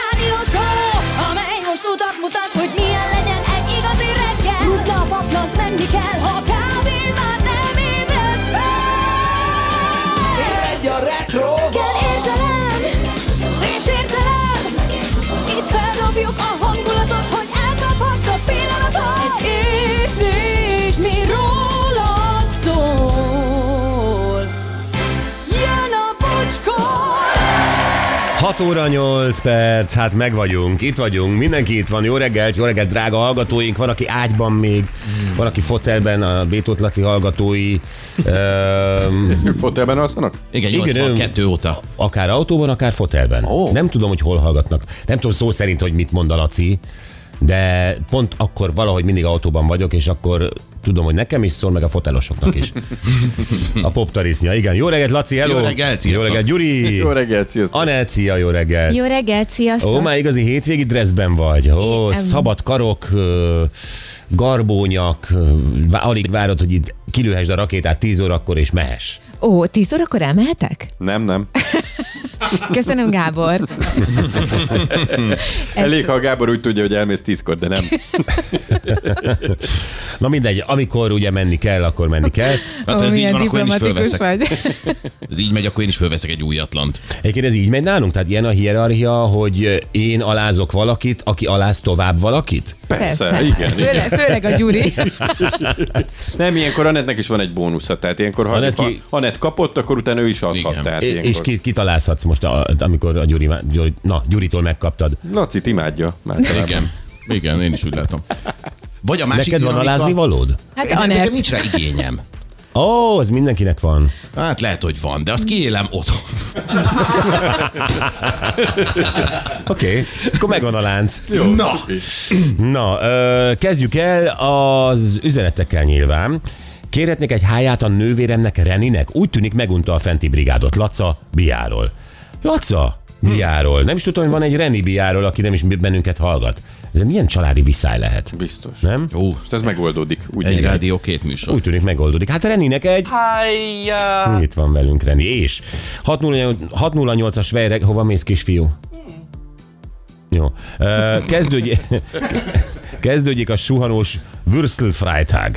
rádió show, amely most utat mutat, hogy milyen legyen egy igazi reggel. Rutna a paplant, menni kell, ha kávén már nem ébredsz fel. Egy a retro Kell érzelem, és értelem, itt feldobjuk a hangulatot, hogy elkaphast a pillanatot. Egy érzés, mi rólad szól. Jön a bocskor! 6 óra 8 perc, hát meg vagyunk, itt vagyunk, mindenki itt van, jó reggelt, jó reggelt, drága hallgatóink, van, aki ágyban még, van, aki fotelben, a Bétót Laci hallgatói, öm, Fotelben alszanak? Igen, Igen, 82 óta. akár autóban, akár fotelben. Ó. Nem tudom, hogy hol hallgatnak, nem tudom szó szerint, hogy mit mond a Laci, de pont akkor valahogy mindig autóban vagyok, és akkor tudom, hogy nekem is szól, meg a fotelosoknak is. A poptarisznya, igen. Jó reggelt, Laci, hello! Jó reggelt, Jó sziasztok! reggelt, Gyuri! Jó reggelt, sziasztok! Anett, szia, jó reggelt! Jó reggelt, sziasztok! Ó, már igazi hétvégi dressben vagy. Ó, Igen. szabad karok, ö, garbónyak, ö, vá- alig várod, hogy itt kilőhesd a rakétát 10 órakor és mehess. Ó, 10 órakor elmehetek? Nem, nem. Köszönöm, Gábor. Elég, ha a Gábor úgy tudja, hogy elmész tízkor, de nem. Na mindegy, amikor ugye menni kell, akkor menni kell. Hát Ó, ha ez így milyen van, akkor én is diplomatikus fölveszek. vagy. Ez így megy, akkor én is fölveszek egy újatlant. Egyébként ez így megy nálunk? Tehát ilyen a hierarchia, hogy én alázok valakit, aki aláz tovább valakit? Persze, igen, igen. Főleg, főleg a Gyuri. Nem, ilyenkor Anetnek is van egy bónusza, tehát ilyenkor, ha Anett Anett, ki- ha Anett kapott, akkor utána ő is adhat, Igen. É- tehát Hát ilyenkor. és ki, kitalázhatsz most, a, amikor a Gyuri, már- Gyuri, na, Gyuritól megkaptad. Lacit imádja. Már talán. Igen. Igen, én is úgy látom. Vagy a másik Neked van dinamika- alázni valód? Hát Ne- Nekem Anett, nincs rá igényem. Ó, ez mindenkinek van. Hát lehet, hogy van, de azt kiélem otthon. Oké, okay. akkor megvan a lánc. Jó, Na. szupi. Na, ö, kezdjük el az üzenetekkel nyilván. Kérhetnék egy háját a nővéremnek, Reninek? Úgy tűnik megunta a fenti brigádot. Laca Biáról. Laca Biáról. Nem is tudtam, hogy van egy Reni Biáról, aki nem is bennünket hallgat. Ez milyen családi viszály lehet? Biztos. Nem? Ó, Most ez megoldódik. Úgy egy néz ki. rádió, két műsor. Úgy tűnik megoldódik. Hát Reninek egy... Hájjá! Itt van velünk Reni. És 608-as vejreg, hova mész kisfiú? Jó. Ö, Kezdődj... Kezdődjék a suhanós Würstelfreitag.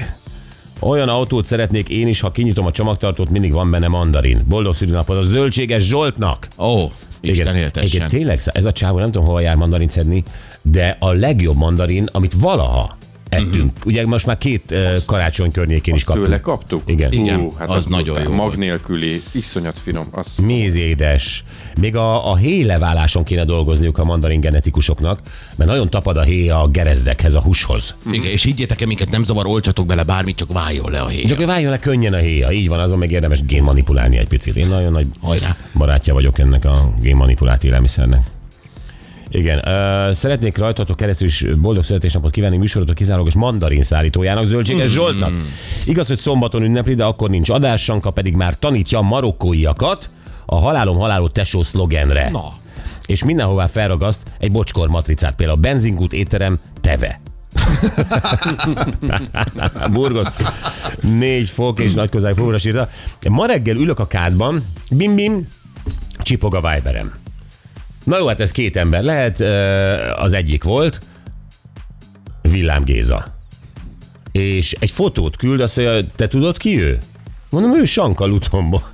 Olyan autót szeretnék én is, ha kinyitom a csomagtartót, mindig van benne mandarin. Boldog szülinapot a zöldséges Zsoltnak! Ó, Isten igen, éltessen. tényleg, ez a csávó, nem tudom, hova jár mandarin szedni, de a legjobb mandarin, amit valaha ettünk. Mhm. Ugye most már két ö, karácsony környékén is kaptunk. Tőle kaptuk? Igen. Igen, az brutál. nagyon jó Mag volt. nélküli, iszonyat finom. Az mézédes. Még a, a héj leváláson kéne dolgozniuk a mandarin genetikusoknak, mert nagyon tapad a héj a gerezdekhez, a húshoz. Igen, és higgyétek el, minket nem zavar, oltsatok bele bármit, csak váljon le a És hely. akkor váljon le könnyen a héja, így van, azon meg érdemes génmanipulálni egy picit. Én nagyon nagy Hajrá. barátja vagyok ennek a génmanipulált élelmiszernek. Igen, ö, szeretnék rajtatok keresztül is boldog születésnapot kívánni műsorotok kizárólagos mandarin szállítójának, Zöldséges Zsoltnak. Igaz, hogy szombaton ünnepli, de akkor nincs adás, Sanka pedig már tanítja a marokkóiakat a halálom haláló tesó szlogenre. Na. És mindenhová felragaszt egy bocskor matricát, például benzinkút, étterem, teve. Burgos. Négy fok és nagy közeg fogras írta. Ma reggel ülök a kádban, bim-bim, csipog a Viberem. Na jó, hát ez két ember lehet, ö, az egyik volt, Villám Géza. És egy fotót küld, azt mondja, te tudod ki ő? Mondom, ő Sanka Lutonból.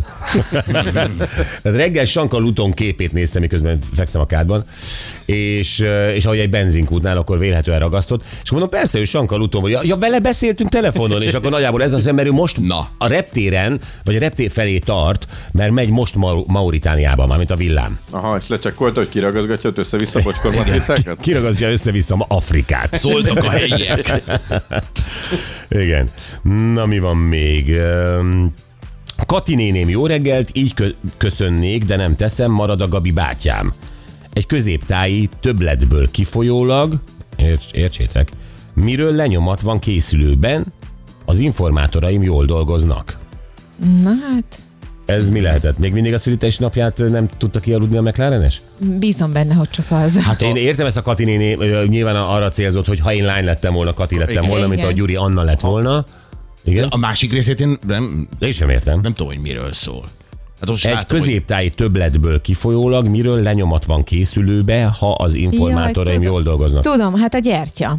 Tehát reggel Sanka Luton képét néztem, miközben fekszem a kádban, és, ö, és ahogy egy benzinkútnál, akkor vélhetően ragasztott. És mondom, persze, ő Sanka Luton, hogy ja, ja, vele beszéltünk telefonon, és akkor nagyjából ez az ember, ő most Na. a reptéren, vagy a reptér felé tart, mert megy most Mau- Mauritániába, mármint a villám. Aha, és lecsekkolta, hogy kiragazgatja ott össze-vissza bocskor matricákat? Kiragazja össze-vissza ma Afrikát. Szóltak a helyiek. Igen. Na, mi van még? Öm, Kati néném, jó reggelt, így kö- köszönnék, de nem teszem, marad a Gabi bátyám. Egy középtáji többletből kifolyólag, érts- értsétek, miről lenyomat van készülőben, az informátoraim jól dolgoznak. na hát, Ez mi lehetett? Még mindig a születés napját nem tudta kialudni a McLarenes? bízom benne, hogy csak az. Hát én értem ezt a Kati néni, ö, nyilván arra célzott, hogy ha én lány lettem volna, Kati lettem Igen. volna, mint Igen. a Gyuri Anna lett volna. Igen? A másik részét én nem, Én sem értem. nem tudom, hogy miről szól. Hát most Egy látom, középtáji többletből kifolyólag miről lenyomat van készülőbe, ha az informátoraim tudom. jól dolgoznak. Tudom, hát a gyertya.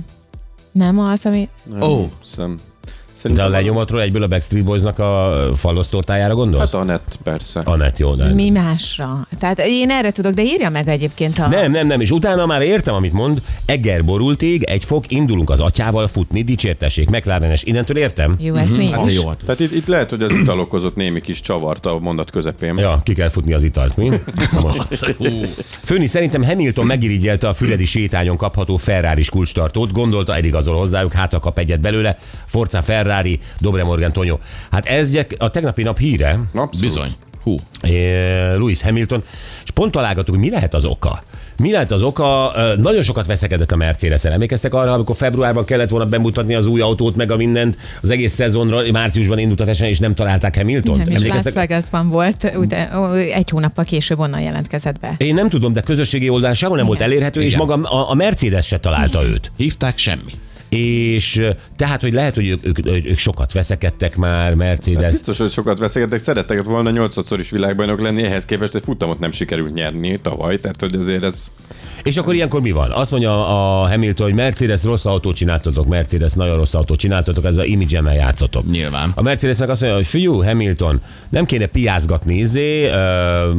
Nem az, ami... Hogy... Oh, Hiszem. De Szerintem a lenyomatról egyből a Backstreet Boysnak a falasztortájára gondolsz? Hát a net, persze. A... Anett, jó, de... Mi másra? Tehát én erre tudok, de írja meg egyébként a... Nem, nem, nem, és utána már értem, amit mond. Eger borultig, egy fok, indulunk az atyával futni, dicsértessék, McLarenes. Innentől értem? Jó, ezt mi hát de is. jó, hát Tehát itt, itt lehet, hogy az ital okozott némi kis csavart a mondat közepén. Ja, ki kell futni az italt, mi? Na Most. Főni szerintem Hamilton megirigyelte a füredi sétányon kapható ferrari kulcstartót, gondolta eddig azon hozzájuk, hát ha kap egyet belőle, Forza Ferrari, Dobre Morgan Tonyó. Hát ez gyek, a tegnapi nap híre, Abszolút. bizony. Hú, eh, Lewis Hamilton, és pont találgatok, hogy mi lehet az oka. Mi lehet az oka? Eh, Nagyon sokat veszekedett a mercedes -en. Emlékeztek arra, amikor februárban kellett volna bemutatni az új autót, meg a mindent, az egész szezonra, márciusban indult a verseny, és nem találták Hamiltont? Nem is Las Emlékeztek? Vegasban volt, ugye, ó, egy hónappal később onnan jelentkezett be. Én nem tudom, de közösségi oldalán sehol nem volt elérhető, és Igen. maga a, a Mercedes se találta őt. hívták semmi. És eh, tehát, hogy lehet, hogy ők, ők, ők ők sokat veszekedtek már, Hát Mercedes. biztos, hogy sokat veszekedtek, szerettek volna nyolcadszor is világbajnok lenni, ehhez képest egy futamot nem sikerült nyerni tavaly, tehát hogy azért ez... És akkor ilyenkor mi van? Azt mondja a Hamilton, hogy Mercedes rossz autót csináltatok, Mercedes nagyon rossz autót csináltatok, ez a image játszotok. Nyilván. A Mercedesnek azt mondja, hogy fiú, Hamilton, nem kéne piázgatni izé, ö,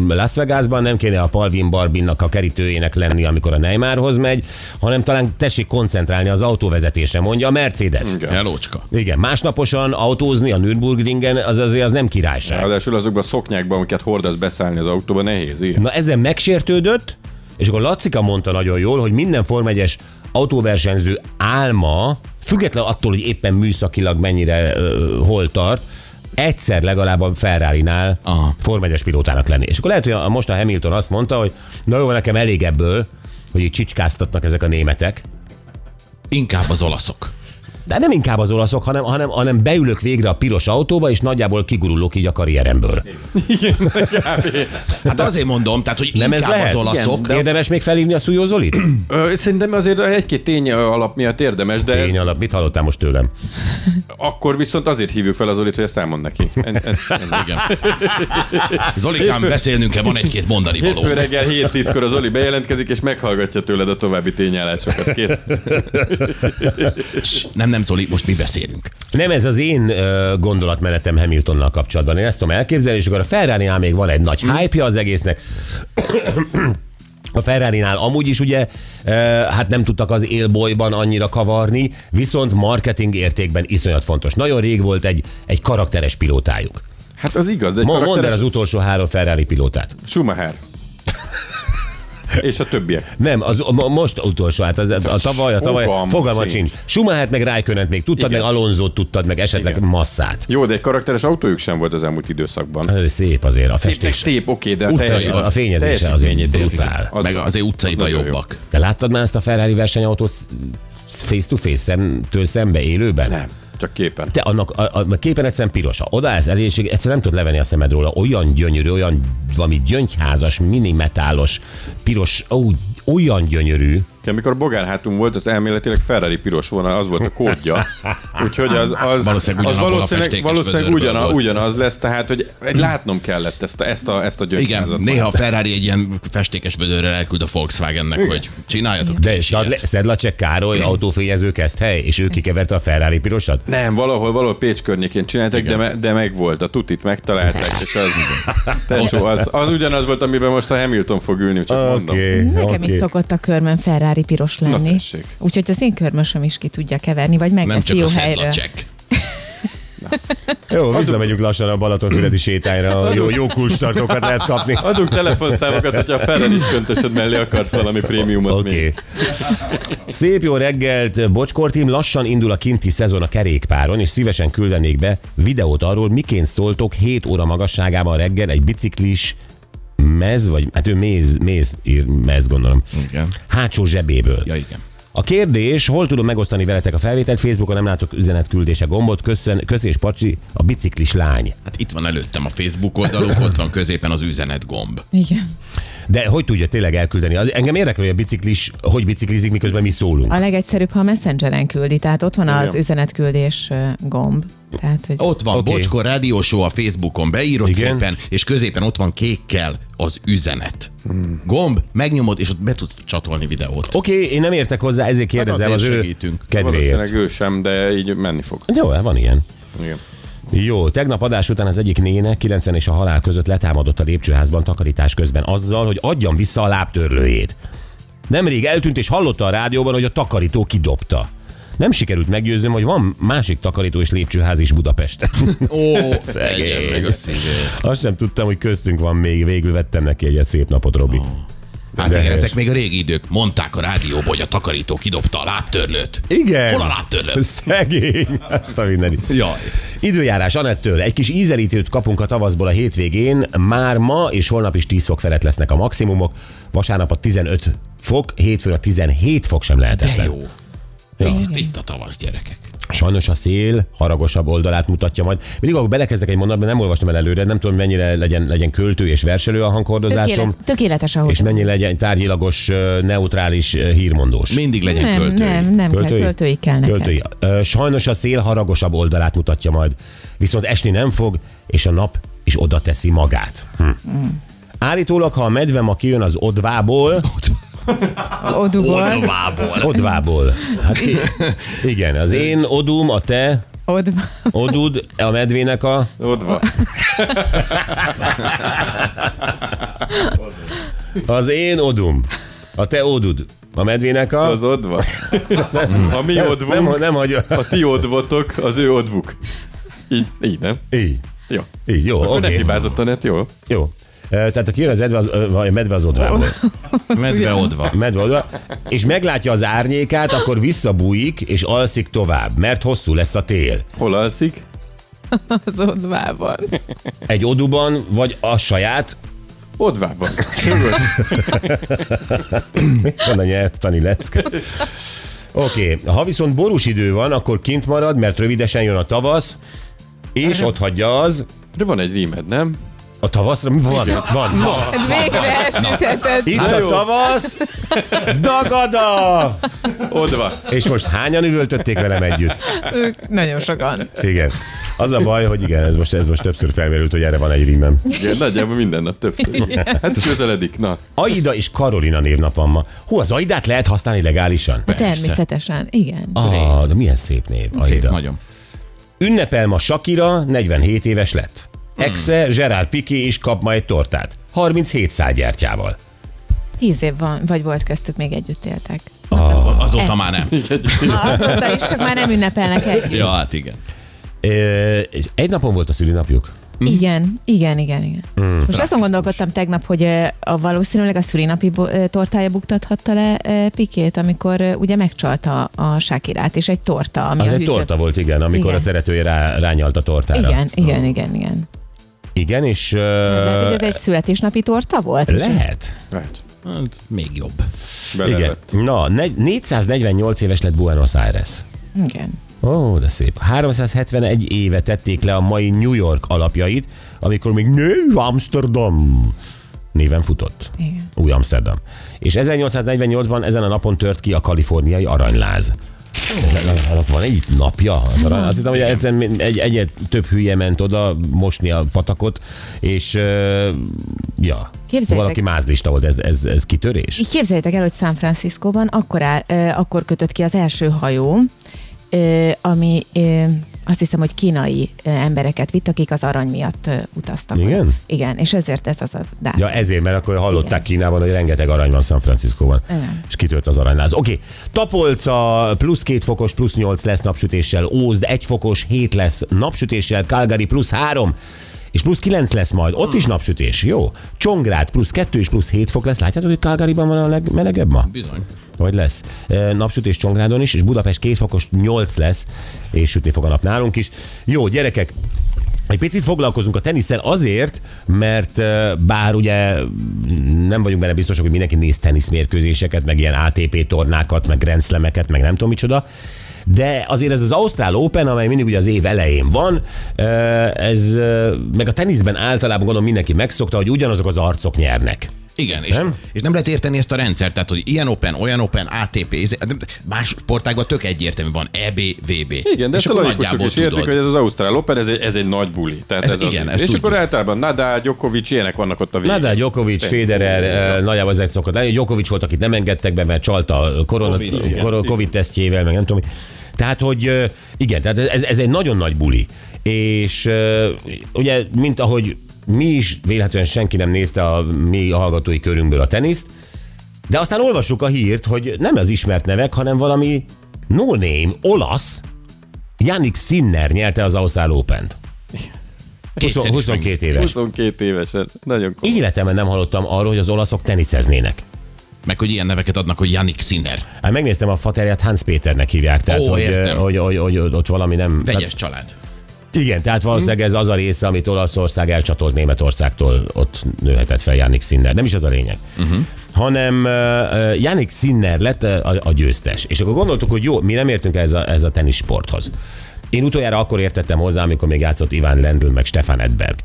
Las Vegasban, nem kéne a Palvin Barbinnak a kerítőjének lenni, amikor a Neymarhoz megy, hanem talán tessék koncentrálni az autóvezetésre, mondja a Mercedes. Igen. Helócska. Igen, másnaposan autózni a Nürburgringen az azért az nem királyság. Ráadásul azokban a szoknyákban, amiket hordasz beszállni az autóba, nehéz, igen. Na ezen megsértődött, és akkor Lacika mondta nagyon jól, hogy minden Form 1 autóversenyző álma, független attól, hogy éppen műszakilag mennyire ö, hol tart, egyszer legalább a Ferrari-nál Aha. Form 1 pilótának lenni. És akkor lehet, hogy a, most a Hamilton azt mondta, hogy na jó, nekem elég ebből, hogy így csicskáztatnak ezek a németek. Inkább az olaszok. De nem inkább az olaszok, hanem, hanem, hanem beülök végre a piros autóba, és nagyjából kigurulok így a karrieremből. Hát azért mondom, tehát, hogy Nem ez inkább lehet? az olaszok. Igen, Érdemes még felhívni a Szújó Zolit? Ö, Szerintem azért egy-két tény alap miatt érdemes, de Tény alap, mit hallottál most tőlem? akkor viszont azért hívjuk fel az Olit, hogy ezt elmond neki. En- en- en- Igen. Zolikám, beszélnünk-e? Van egy-két mondani való. Hétfő reggel 7-10-kor az Oli bejelentkezik, és meghallgatja tőled a további tényállásokat. Kész. Nem, nem, Zoli, most mi beszélünk. Nem ez az én ö, gondolatmenetem Hamiltonnal kapcsolatban. Én ezt tudom elképzelni, és akkor a ferrari még van egy nagy hype az egésznek. A ferrari amúgy is ugye, ö, hát nem tudtak az élbolyban annyira kavarni, viszont marketing értékben iszonyat fontos. Nagyon rég volt egy, egy karakteres pilótájuk. Hát az igaz, de egy Mo- Mondd el karakteres... az utolsó három Ferrari pilótát. Schumacher. És a többiek. Nem, az, a, most utolsó, hát az, a tavaly, a tavaly, Fogalmam fogalma sincs. sincs. Schumachert meg Rijkönet még tudtad, Igen. meg Alonzót tudtad, meg esetleg Igen. Masszát. Jó, de egy karakteres autójuk sem volt az elmúlt időszakban. Ez szép azért a Szép, festés. szép oké, de a Utcai, teljes- A fényezése azért teljesítményét- brutál. Az, meg azért utcaiban nagyon jó. jobbak. De láttad már ezt a Ferrari versenyautót face-to-face szemtől szembe élőben? Nem, csak képen. Te annak a, a, a képen egyszerűen piros. Ha odaállsz elésig, egyszerűen nem tudod levenni a szemed róla. Olyan gyönyörű, olyan valami gyöngyházas, minimetálos, piros, ó, olyan gyönyörű. Amikor Bogár hátunk volt, az elméletileg Ferrari piros vonal, az volt a kódja. Úgyhogy az, az Valószínűleg az ugyanabból a valószínűleg, festékes valószínűleg vödörből ugyana, volt. ugyanaz lesz, tehát hogy egy látnom kellett ezt a, ezt a, ezt a Igen, gyöngyházatot. néha a Ferrari egy ilyen festékes vödörrel elküld a Volkswagennek, hogy csináljatok. De ti is szad, ilyet. Szedlacsek Károly autófényező kezd hely, és ő kikeverte a Ferrari pirosat? Nem, valahol, valahol Pécs környékén csinálták, de, me, de meg volt. A tutit megtalálták, és az, tesó, az, az ugyanaz volt, amiben most a Hamilton fog ülni, csak mondom. Nekem is szokott a körmön Ferrari piros lenni. tessék. Úgyhogy az én körmösöm is ki tudja keverni, vagy Nem megveszi csak jó a helyről. Szedlacsek. Jó, visszamegyünk lassan a Balatonfüredi sétányra. Jó, jó kulcstartókat lehet kapni. Adunk telefonszámokat, hogyha a Ferrari is köntösöd mellé akarsz valami prémiumot Oké. még. Okay. Szép jó reggelt, Bocskortim, lassan indul a kinti szezon a kerékpáron, és szívesen küldenék be videót arról, miként szóltok 7 óra magasságában reggel egy biciklis mez, vagy hát ő méz, méz ír, mez gondolom, Igen. hátsó zsebéből. Ja, igen. A kérdés, hol tudom megosztani veletek a felvételt, Facebookon nem látok üzenetküldése gombot, köszön, kösz és pacsi, a biciklis lány. Hát itt van előttem a Facebook oldaluk, ott van középen az üzenetgomb. Igen. De hogy tudja tényleg elküldeni? Az, engem érdekel, hogy a biciklis, hogy biciklizik, miközben mi szólunk. Hát- A legegyszerűbb, ha a Messengeren küldi, tehát ott van az Igen. üzenetküldés ö, gomb. Tehát, hogy Ott van Oké. okay. Bocskor Rádió Show a Facebookon, beírod Igen. Igen. szépen, és középen ott van kékkel az üzenet. Gomb, megnyomod, és ott be tudsz csatolni videót. Oké, okay, én nem értek hozzá, ezért kérdezem Hát azért az ő segítünk. kedvéért. Valószínűleg ő sem, de így menni fog. Jó, hát van ilyen. Igen. Jó, tegnap adás után az egyik néne 90 és a halál között letámadott a lépcsőházban takarítás közben azzal, hogy adjam vissza a lábtörlőjét. Nemrég eltűnt és hallotta a rádióban, hogy a takarító kidobta. Nem sikerült meggyőznöm, hogy van másik takarító és lépcsőház is Budapesten. Ó, Szegény. egyen meg a szívét. Azt sem tudtam, hogy köztünk van még. Végül vettem neki egyet szép napot, Robi. Hát De igen, helyes. ezek még a régi idők. Mondták a rádióban, hogy a takarító kidobta a lábtörlőt. Igen. Hol a lábtörlő? Szegény. Azt a mindenit. Jaj. Időjárás Anettől. Egy kis ízelítőt kapunk a tavaszból a hétvégén. Már ma és holnap is 10 fok felett lesznek a maximumok. Vasárnap a 15 fok, hétfőn a 17 fok sem De lehetetlen. jó. Itt, itt a tavasz, gyerekek. Sajnos a szél haragosabb oldalát mutatja majd. Mindig, ahol belekezdek egy mondatba, nem olvastam el előre, nem tudom, mennyire legyen, legyen költő és verselő a hanghordozásom, tökélet, tökéletes, ahogy... és mennyi legyen tárgyilagos, ö, neutrális ö, hírmondós. Mindig legyen nem, költői. nem, nem, költői? Költői? Kell, költői kell neked. Költői. Ö, Sajnos a szél haragosabb oldalát mutatja majd, viszont esni nem fog, és a nap is oda teszi magát. Hm. Mm. Állítólag, ha a medve ma kijön az odvából, Odugol, Olvából. odvából. Hát ki, igen, az én odum, a te od... odud, a medvének a... Ott van. Az én odum, a te odud, a medvének a... Az ott van. A mi nem, odvunk, nem hagyja. a ti odvotok, az ő odvuk. Így, így nem? Így, Jó. így, jó, Akkor oké. okay. hibázott a net, jó? Jó. Ö, Tehát aki jön az, edve, az ö, a medve az odvából. Medve odva. medve oda, és meglátja az árnyékát, akkor visszabújik, és alszik tovább, mert hosszú lesz a tél. Hol alszik? az odvában. Egy oduban, vagy a saját, Odvában. Jogos. van a nyelvtani lecke. Oké, okay. ha viszont borús idő van, akkor kint marad, mert rövidesen jön a tavasz, és ott hagyja az, De van egy rímed, nem? a tavaszra mi van? Van, van. Hát Végre elsütheted. Itt a tavasz, dagada! Odva. És most hányan üvöltötték velem együtt? Ők Nagyon sokan. Igen. Az a baj, hogy igen, ez most, ez most többször felmerült, hogy erre van egy rímem. Igen, nagyjából minden nap többször. Hát közeledik, na. Aida és Karolina névnap van ma. Hú, az Aidát lehet használni legálisan? Hát Természetesen, igen. Ah, de milyen szép név, Aida. Szép, nagyon. Ünnepel ma Shakira, 47 éves lett. Exe, Gerard Piqué is kap majd tortát. 37 szágyártyával. Tíz év van, vagy volt köztük, még együtt éltek. Ah. E. Azóta már nem. Na, azóta is csak már nem ünnepelnek együtt. Ja, hát igen. Ö, és egy napon volt a szülinapjuk? Igen, igen, igen, igen. Hmm. Mm, Most azon gondolkodtam tegnap, hogy ö, a valószínűleg a szülinapi bo- ö, tortája buktathatta le ö, Pikét, amikor ö, ugye megcsalta a sákirát, és egy torta, ami Az a egy hűtő... torta volt, igen, amikor Igen. a szeretője rá, rányalt a tortára. Igen, igen, igen, igen. Igen, és... ö, Lehet, hogy ez egy születésnapi torta volt? lehet. Hát, Hát, Még jobb. bele Igen. lett. Na, negy- 448 éves lett Buenos Aires. Igen. Ó, de szép. 371 éve tették le a mai New York alapjait, amikor még New Amsterdam néven futott. Igen. Új Amsterdam. És 1848-ban ezen a napon tört ki a kaliforniai aranyláz. Ezen a nap van egy napja? Az arany... Azt hittem, hogy egyszerűen egy, egyet több hülye ment oda mosni a patakot, és uh, ja, Képzeljétek- valaki mázlista volt, ez, ez, ez kitörés? Így képzeljétek el, hogy San Franciscóban akkor, áll, ö, akkor kötött ki az első hajó, ö, ami ö, azt hiszem, hogy kínai ö, embereket vitt, akik az arany miatt ö, utaztak. Igen? Igen, és ezért ez az a dátum. Ja, ezért, mert akkor hallották Kínában, hogy rengeteg arany van San Franciscóban. Igen. És kitört az aranyláz. Oké, okay. Tapolca plusz két fokos, plusz nyolc lesz napsütéssel, Ózd egy fokos, hét lesz napsütéssel, Calgary plusz három, és plusz kilenc lesz majd, ott is napsütés, jó. Csongrád plusz kettő és plusz hét fok lesz, látjátok, hogy Calgaryban van a legmelegebb ma? Bizony. Vagy lesz. E, Napsütés Csongrádon is, és Budapest két fokos nyolc lesz, és sütni fog a nap nálunk is. Jó, gyerekek, egy picit foglalkozunk a tenisszel azért, mert e, bár ugye mm, nem vagyunk benne biztosak, hogy mindenki néz teniszmérkőzéseket, meg ilyen ATP tornákat, meg Grand Slameket, meg nem tudom micsoda, de azért ez az Ausztrál Open, amely mindig ugye az év elején van, e, ez e, meg a teniszben általában gondolom mindenki megszokta, hogy ugyanazok az arcok nyernek. Igen, és Nem? nem? és nem lehet érteni ezt a rendszert, tehát hogy ilyen open, olyan open, ATP, ez- nem- más sportágban tök egyértelmű van, E EB, VB. Igen, de és ezt a akkor laikusok nagyjából is értik, tudod. hogy ez az Ausztrál Open, ez egy, ez egy nagy buli. Tehát Ez ez, az- igen, ezt és tudjuk. akkor általában Nadal, Djokovic, ilyenek vannak ott a végén. Nadal, Djokovic, Federer, eh, nagyjából ezek szokott lenni. Djokovic volt, akit nem engedtek be, mert csalta a korona, Covid, COVID, igen. kor, COVID tesztjével, meg nem tudom. mi. Tehát, hogy eh, igen, tehát ez, ez egy nagyon nagy buli. És eh, ugye, mint ahogy mi is véletlenül senki nem nézte a mi hallgatói körünkből a teniszt, de aztán olvassuk a hírt, hogy nem az ismert nevek, hanem valami no-name, olasz, Yannick Sinner nyerte az Ausztrál Open-t. 20, Kétszer is 22 éves. 22 évesen. Nagyon komoly. Életemben nem hallottam arról, hogy az olaszok teniszeznének. Meg hogy ilyen neveket adnak, hogy Yannick Sinner. Hát megnéztem a faterját, Hans Péternek hívják, tehát Ó, hogy, értem. hogy, hogy, hogy, hogy, ott valami nem... hát Hát, Vegyes család. Tehát, igen, tehát valószínűleg ez az a része, amit Olaszország elcsatolt Németországtól, ott nőhetett fel Jánik Sinner. Nem is az a lényeg. Uh-huh. Hanem uh, Jánik Sinner lett ö, a, a győztes. És akkor gondoltuk, hogy jó, mi nem értünk ez a, ez a tenisporthoz. Én utoljára akkor értettem hozzá, amikor még játszott Iván Lendl meg Stefan Edberg.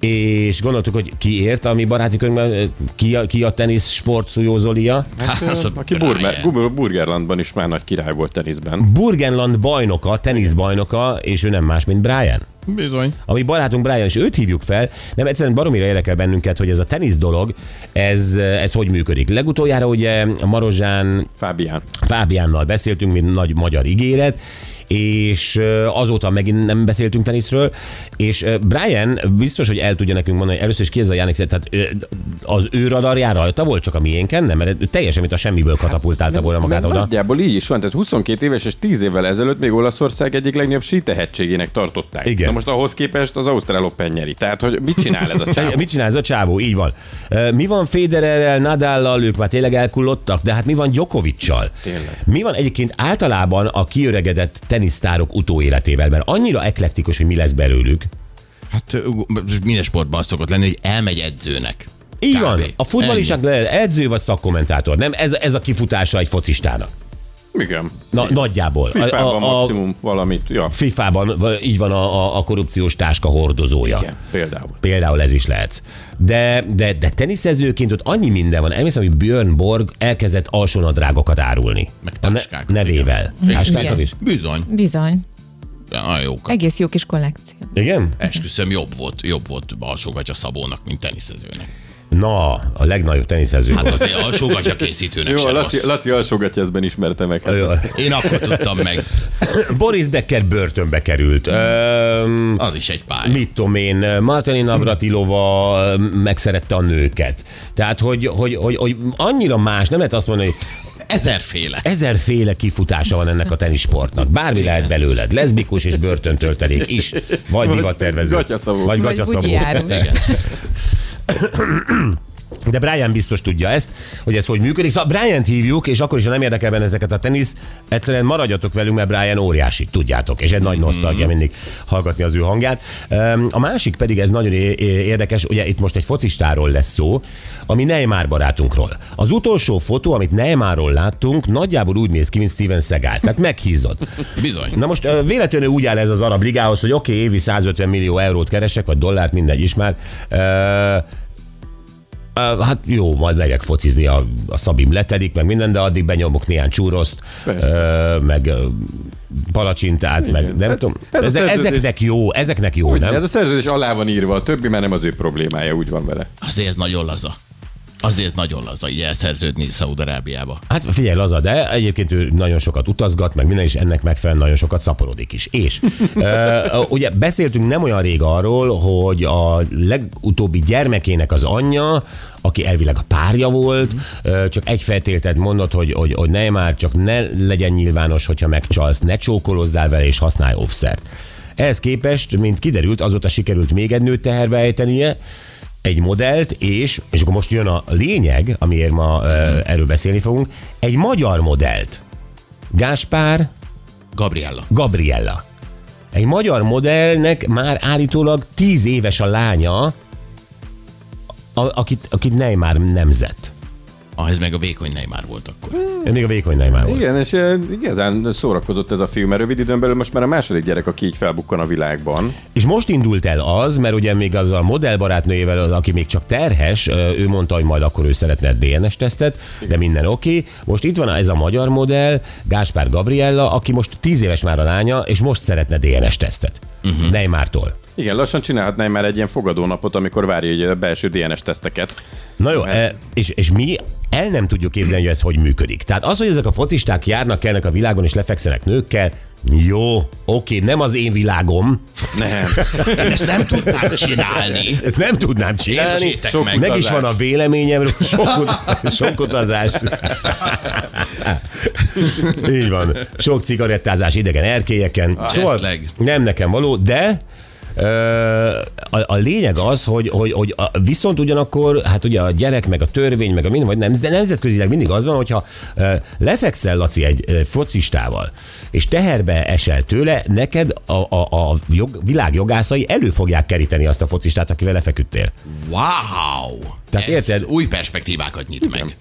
És gondoltuk, hogy ki ért a mi baráti könyvben, ö, ki a, ki a tenisz sport Szujó Zolia? Hát, Aki Burmer, Gu- Burgerlandban is már nagy király volt teniszben. Burgenland bajnoka, teniszbajnoka, és ő nem más, mint Brian. Bizony. Ami barátunk Brian, és őt hívjuk fel, nem egyszerűen baromira érdekel bennünket, hogy ez a tenisz dolog, ez, ez hogy működik. Legutoljára ugye Marozsán Fábián. Fábiánnal beszéltünk, mint nagy magyar ígéret, és ö, azóta megint nem beszéltünk teniszről, és ö, Brian biztos, hogy el tudja nekünk mondani, hogy először is ki ez a Jánik, tehát ö, az ő radarjára rajta volt, csak a miénken nem, mert ő teljesen, mint a semmiből katapultálta volna magát Mert oda. Nagyjából így is van, tehát 22 éves és 10 évvel ezelőtt még Olaszország egyik legnagyobb sítehetségének tartották. Igen. Na most ahhoz képest az Ausztrál Open nyeri. Tehát, hogy mit csinál ez a csávó? Te- Mit csinál ez a csávó? Így van. Ö, Mi van Federerrel, Nadállal, ők már tényleg elkullottak, de hát mi van Djokovicsal? Tényleg. Mi van egyébként általában a kiöregedett tenisztárok utóéletével? Mert annyira eklektikus, hogy mi lesz belőlük. Hát ö, minden sportban az szokott lenni, hogy elmegy edzőnek. Így Kb. van. A futballisnak lehet edző vagy szakkommentátor. Nem, ez, ez a kifutása egy focistának. Igen. Na, nagyjából. A- FIFA-ban a, a maximum valamit. Ja, FIFA-ban v- így van a, a, a korrupciós táska hordozója. igen, például. Például ez is lehetsz. De, de, de teniszezőként ott annyi minden van. Elmészem, hogy Björn Borg elkezdett alsónadrágokat árulni. Meg A táskákat, nevével. igen. Táskákat is? Bizony. Bizony. Ja, Nagyon jók. Egész jó kis kollekció. Igen? Esküszöm, jobb volt, jobb volt alsógatya Szabónak, mint teniszezőnek. Na, a legnagyobb teniszező. Hát azért alsógatya készítőnek Jó, Jó, a sem Laci, rossz. Laci alsógatja ezben ismerte meg. Hát. Ö, Én akkor tudtam meg. Boris Becker börtönbe került. Öm, Az is egy pálya. mit tudom én, Martani Navratilova ö, megszerette a nőket. Tehát, hogy, hogy, hogy, hogy annyira más, nem lehet azt mondani, hogy Ezerféle. ezerféle kifutása van ennek a tenisportnak. Bármi lehet belőled. Leszbikus és börtöntöltelék is. Vagy divattervező. gatyaszabó. Vagy Vagy gatyaszabó. bugyjáró. Igen. De Brian biztos tudja ezt, hogy ez hogy működik. Szóval Brian-t hívjuk, és akkor is, ha nem érdekel benneteket a tenisz, egyszerűen maradjatok velünk, mert Brian óriási, tudjátok, és egy nagy nosztalgia mindig hallgatni az ő hangját. Öm, A másik pedig, ez nagyon é- é- érdekes, ugye itt most egy focistáról lesz szó, ami Neymar barátunkról. Az utolsó fotó, amit Neymarról láttunk, nagyjából úgy néz ki, mint Steven Seagal, tehát meghízott. Bizony. Na most ö, véletlenül úgy áll ez az arab ligához, hogy oké, okay, évi 150 millió eurót keresek, vagy dollárt, mindegy is már. Ö, ö, hát jó, majd megyek focizni, a, a szabim letelik, meg minden, de addig benyomok néhány csúroszt, ö, meg ö, palacsintát, Igen. meg nem Hát tudom. ez a Eze, szerződés. ezeknek jó, ezeknek jó, nem? Ez a szerződés alá van írva, a többi már nem az ő problémája, úgy van vele. Azért ez nagyon laza. Azért nagyon laza így elszerződni Szaudarábiába. Hát figyelj, Laza, de egyébként ő nagyon sokat utazgat, meg minden, és ennek megfelelően nagyon sokat szaporodik is. És ö, ugye beszéltünk nem olyan rég arról, hogy a legutóbbi gyermekének az anyja, aki elvileg a párja volt, ö, csak egy feltételt mondott, hogy, hogy, hogy ne már, csak ne legyen nyilvános, hogyha megcsalsz, ne csókolozzál vele, és használj offszert. Ehhez képest, mint kiderült, azóta sikerült még egy nőt teherbe ejtenie, egy modellt, és, és akkor most jön a lényeg, amiért ma uh, erről beszélni fogunk, egy magyar modellt. Gáspár Gabriella. Gabriella. Egy magyar modellnek már állítólag 10 éves a lánya, a, akit, akit Neymar nemzett. ahhez meg a vékony Neymar volt akkor. Még a vékony Neymar volt. Igen, és eh, igazán szórakozott ez a film, mert rövid időn belül most már a második gyerek, aki így felbukkan a világban. És most indult el az, mert ugye még az a modellbarátnőjével, az, aki még csak terhes, ö, ő mondta, hogy majd akkor ő szeretne DNS-tesztet, de minden oké. Okay. Most itt van ez a magyar modell, Gáspár Gabriella, aki most 10 éves már a lánya, és most szeretne DNS-tesztet. Uh-huh. Neymártól. Igen, lassan csinálhatnánk már egy ilyen fogadónapot, amikor várja így a belső DNS teszteket. Na jó, e, és, és mi el nem tudjuk képzelni, hogy ez hogy működik. Tehát az, hogy ezek a focisták járnak, kelnek a világon és lefekszenek nőkkel, jó, oké, nem az én világom, Én ezt nem tudnám csinálni. ezt nem tudnám csinálni. Értsétek Sok meg. Meg is van a véleményemről, sok, ut- sok utazás. Így van. Sok cigarettázás idegen erkélyeken. Szóval jetlag. nem nekem való, de ö, a, a lényeg az, hogy, hogy, hogy a, viszont ugyanakkor, hát ugye a gyerek, meg a törvény, meg a minden, vagy nem, de nemzetközileg mindig az van, hogyha ö, lefekszel, Laci, egy ö, focistával, és teherbe esel tőle, neked a, a, a jog, világ jogászai elő fogják keríteni azt a focistát, akivel lefeküdtél. Wow! Tehát Tehát ez érted? érted? új perspektívákat nyit meg.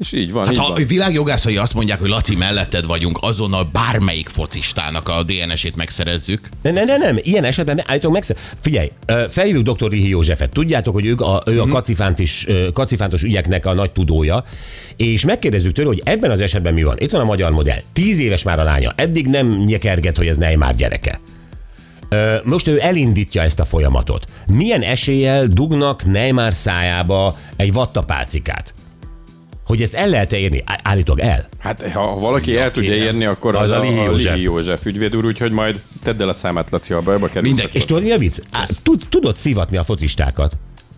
És így van, hát Hát így ha van. a világ jogászai azt mondják, hogy Laci melletted vagyunk, azonnal bármelyik focistának a DNS-ét megszerezzük. Ne, ne, ne, nem, ilyen esetben ne- állítólag meg. Figyelj, ö, felhívjuk dr. Rihi Józsefet. Tudjátok, hogy ők a, ő a kacifántis, ö, kacifántos ügyeknek a nagy tudója, és megkérdezzük tőle, hogy ebben az esetben mi van. Itt van a magyar modell. Tíz éves már a lánya. Eddig nem nyekerget, hogy ez Neymar gyereke. Ö, Most ő elindítja ezt a folyamatot. Milyen eséllyel dugnak Neymar szájába egy vattapálcikát? Hogy ezt el lehet érni? Á- Állítólag el. Hát ha valaki el tudja kérem. érni, akkor az, az a, Lihi József. József ügyvéd úr, úgyhogy majd tedd el a számát, Laci, ha bajba kerül. Mindenki. És tudod, mi a vicc? Á, tud, tudod szivatni a focistákat.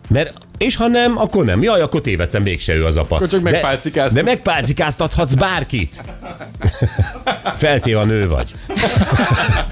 Mert, és ha nem, akkor nem. Jaj, akkor tévedtem, mégse ő az apa. Akkor csak De- megpálcikáztuk. De megpálcikáztathatsz bárkit. Feltéve a nő vagy.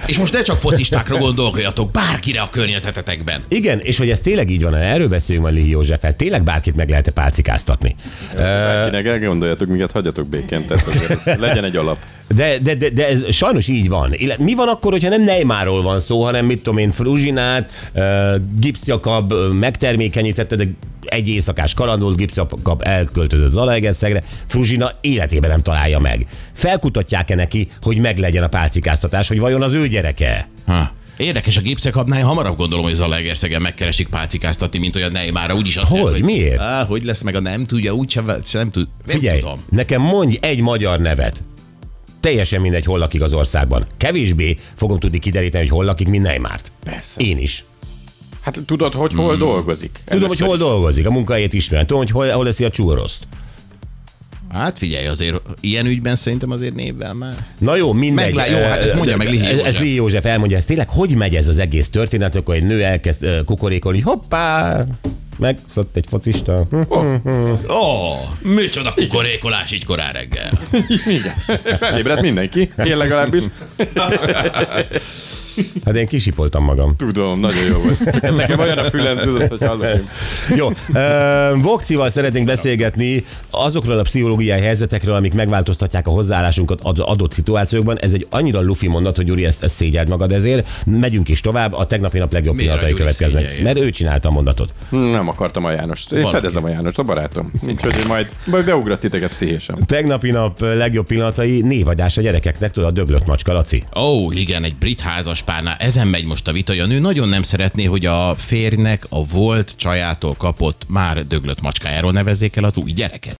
És most ne csak focistákra gondoljatok, bárkire a környezetetekben. Igen, és hogy ez tényleg így van, erről beszéljünk majd Lihi Józseffel. Tényleg bárkit meg lehet-e pálcikáztatni. Bárkinek elgondoljatok, minket hagyjatok békén, tehát azért ez legyen egy alap. De, de, de, de ez sajnos így van. Ille- Mi van akkor, hogyha nem Neymarról van szó, hanem mit tudom én, Fruzsinát, uh, gipszjakab ö, megtermékenyítette, de egy éjszakás kalandul, gipszjakab elköltözött Zalaegerszegre, Fruzsina életében nem találja meg. Felkutatják-e neki, hogy meglegyen a pálcikáztatás, hogy vajon az ő gyereke? Ha. Érdekes, a gipszekapnál hamarabb gondolom, hogy Zalaegerszegen megkeresik pácikáztatni, mint olyan Neymarra. Úgyis azt Hogy? mondják, Miért? Á, hogy lesz meg a nem tudja, úgy sem, sem nem tud. Nem Figyelj, tudom. nekem mondj egy magyar nevet. Teljesen mindegy, hol lakik az országban. Kevésbé fogom tudni kideríteni, hogy hol lakik, mint Neymárt. Persze. Én is. Hát tudod, hogy hol dolgozik? Tudom, hogy hol dolgozik, a munkahelyét ismerem. Tudom, hogy hol, hol eszi a csúroszt. Hát figyelj, azért ilyen ügyben szerintem azért névvel már. Na jó, mindegy. Meglá- jó, hát ezt mondja meg Lihi Ez, ez József. Lihi József elmondja, ez tényleg hogy megy ez az egész történet, akkor egy nő elkezd ö, kukorékolni, hoppá, megszott egy focista. Hm. Ó, oh, micsoda kukorékolás így korán reggel. Felébredt mindenki, én legalábbis. Hát én kisipoltam magam. Tudom, nagyon jó volt. Nekem olyan a fülem, tudod, hogy hallom. Jó, Vokcival szeretnénk beszélgetni azokról a pszichológiai helyzetekről, amik megváltoztatják a hozzáállásunkat ad- adott szituációkban. Ez egy annyira lufi mondat, hogy Gyuri, ezt, ezt szégyeld magad ezért. Megyünk is tovább, a tegnapi nap legjobb Miért a pillanatai Gyuri következnek. szégyelje? Mert ő csinálta a mondatot. Nem akartam a Jánost. Én Valaki. fedezem a Jánost, a barátom. Úgyhogy én majd, majd beugrat titeket pszichésen. Tegnapi nap legjobb pillanatai névadás a gyerekeknek, tudod, a döblött macska, Laci. Ó, oh, igen, egy brit házaspárnál ezen megy most a vita, hogy a nő nagyon nem szeretné, hogy a férjnek a volt csajától kapott már döglött macskájáról nevezzék el az új gyereket.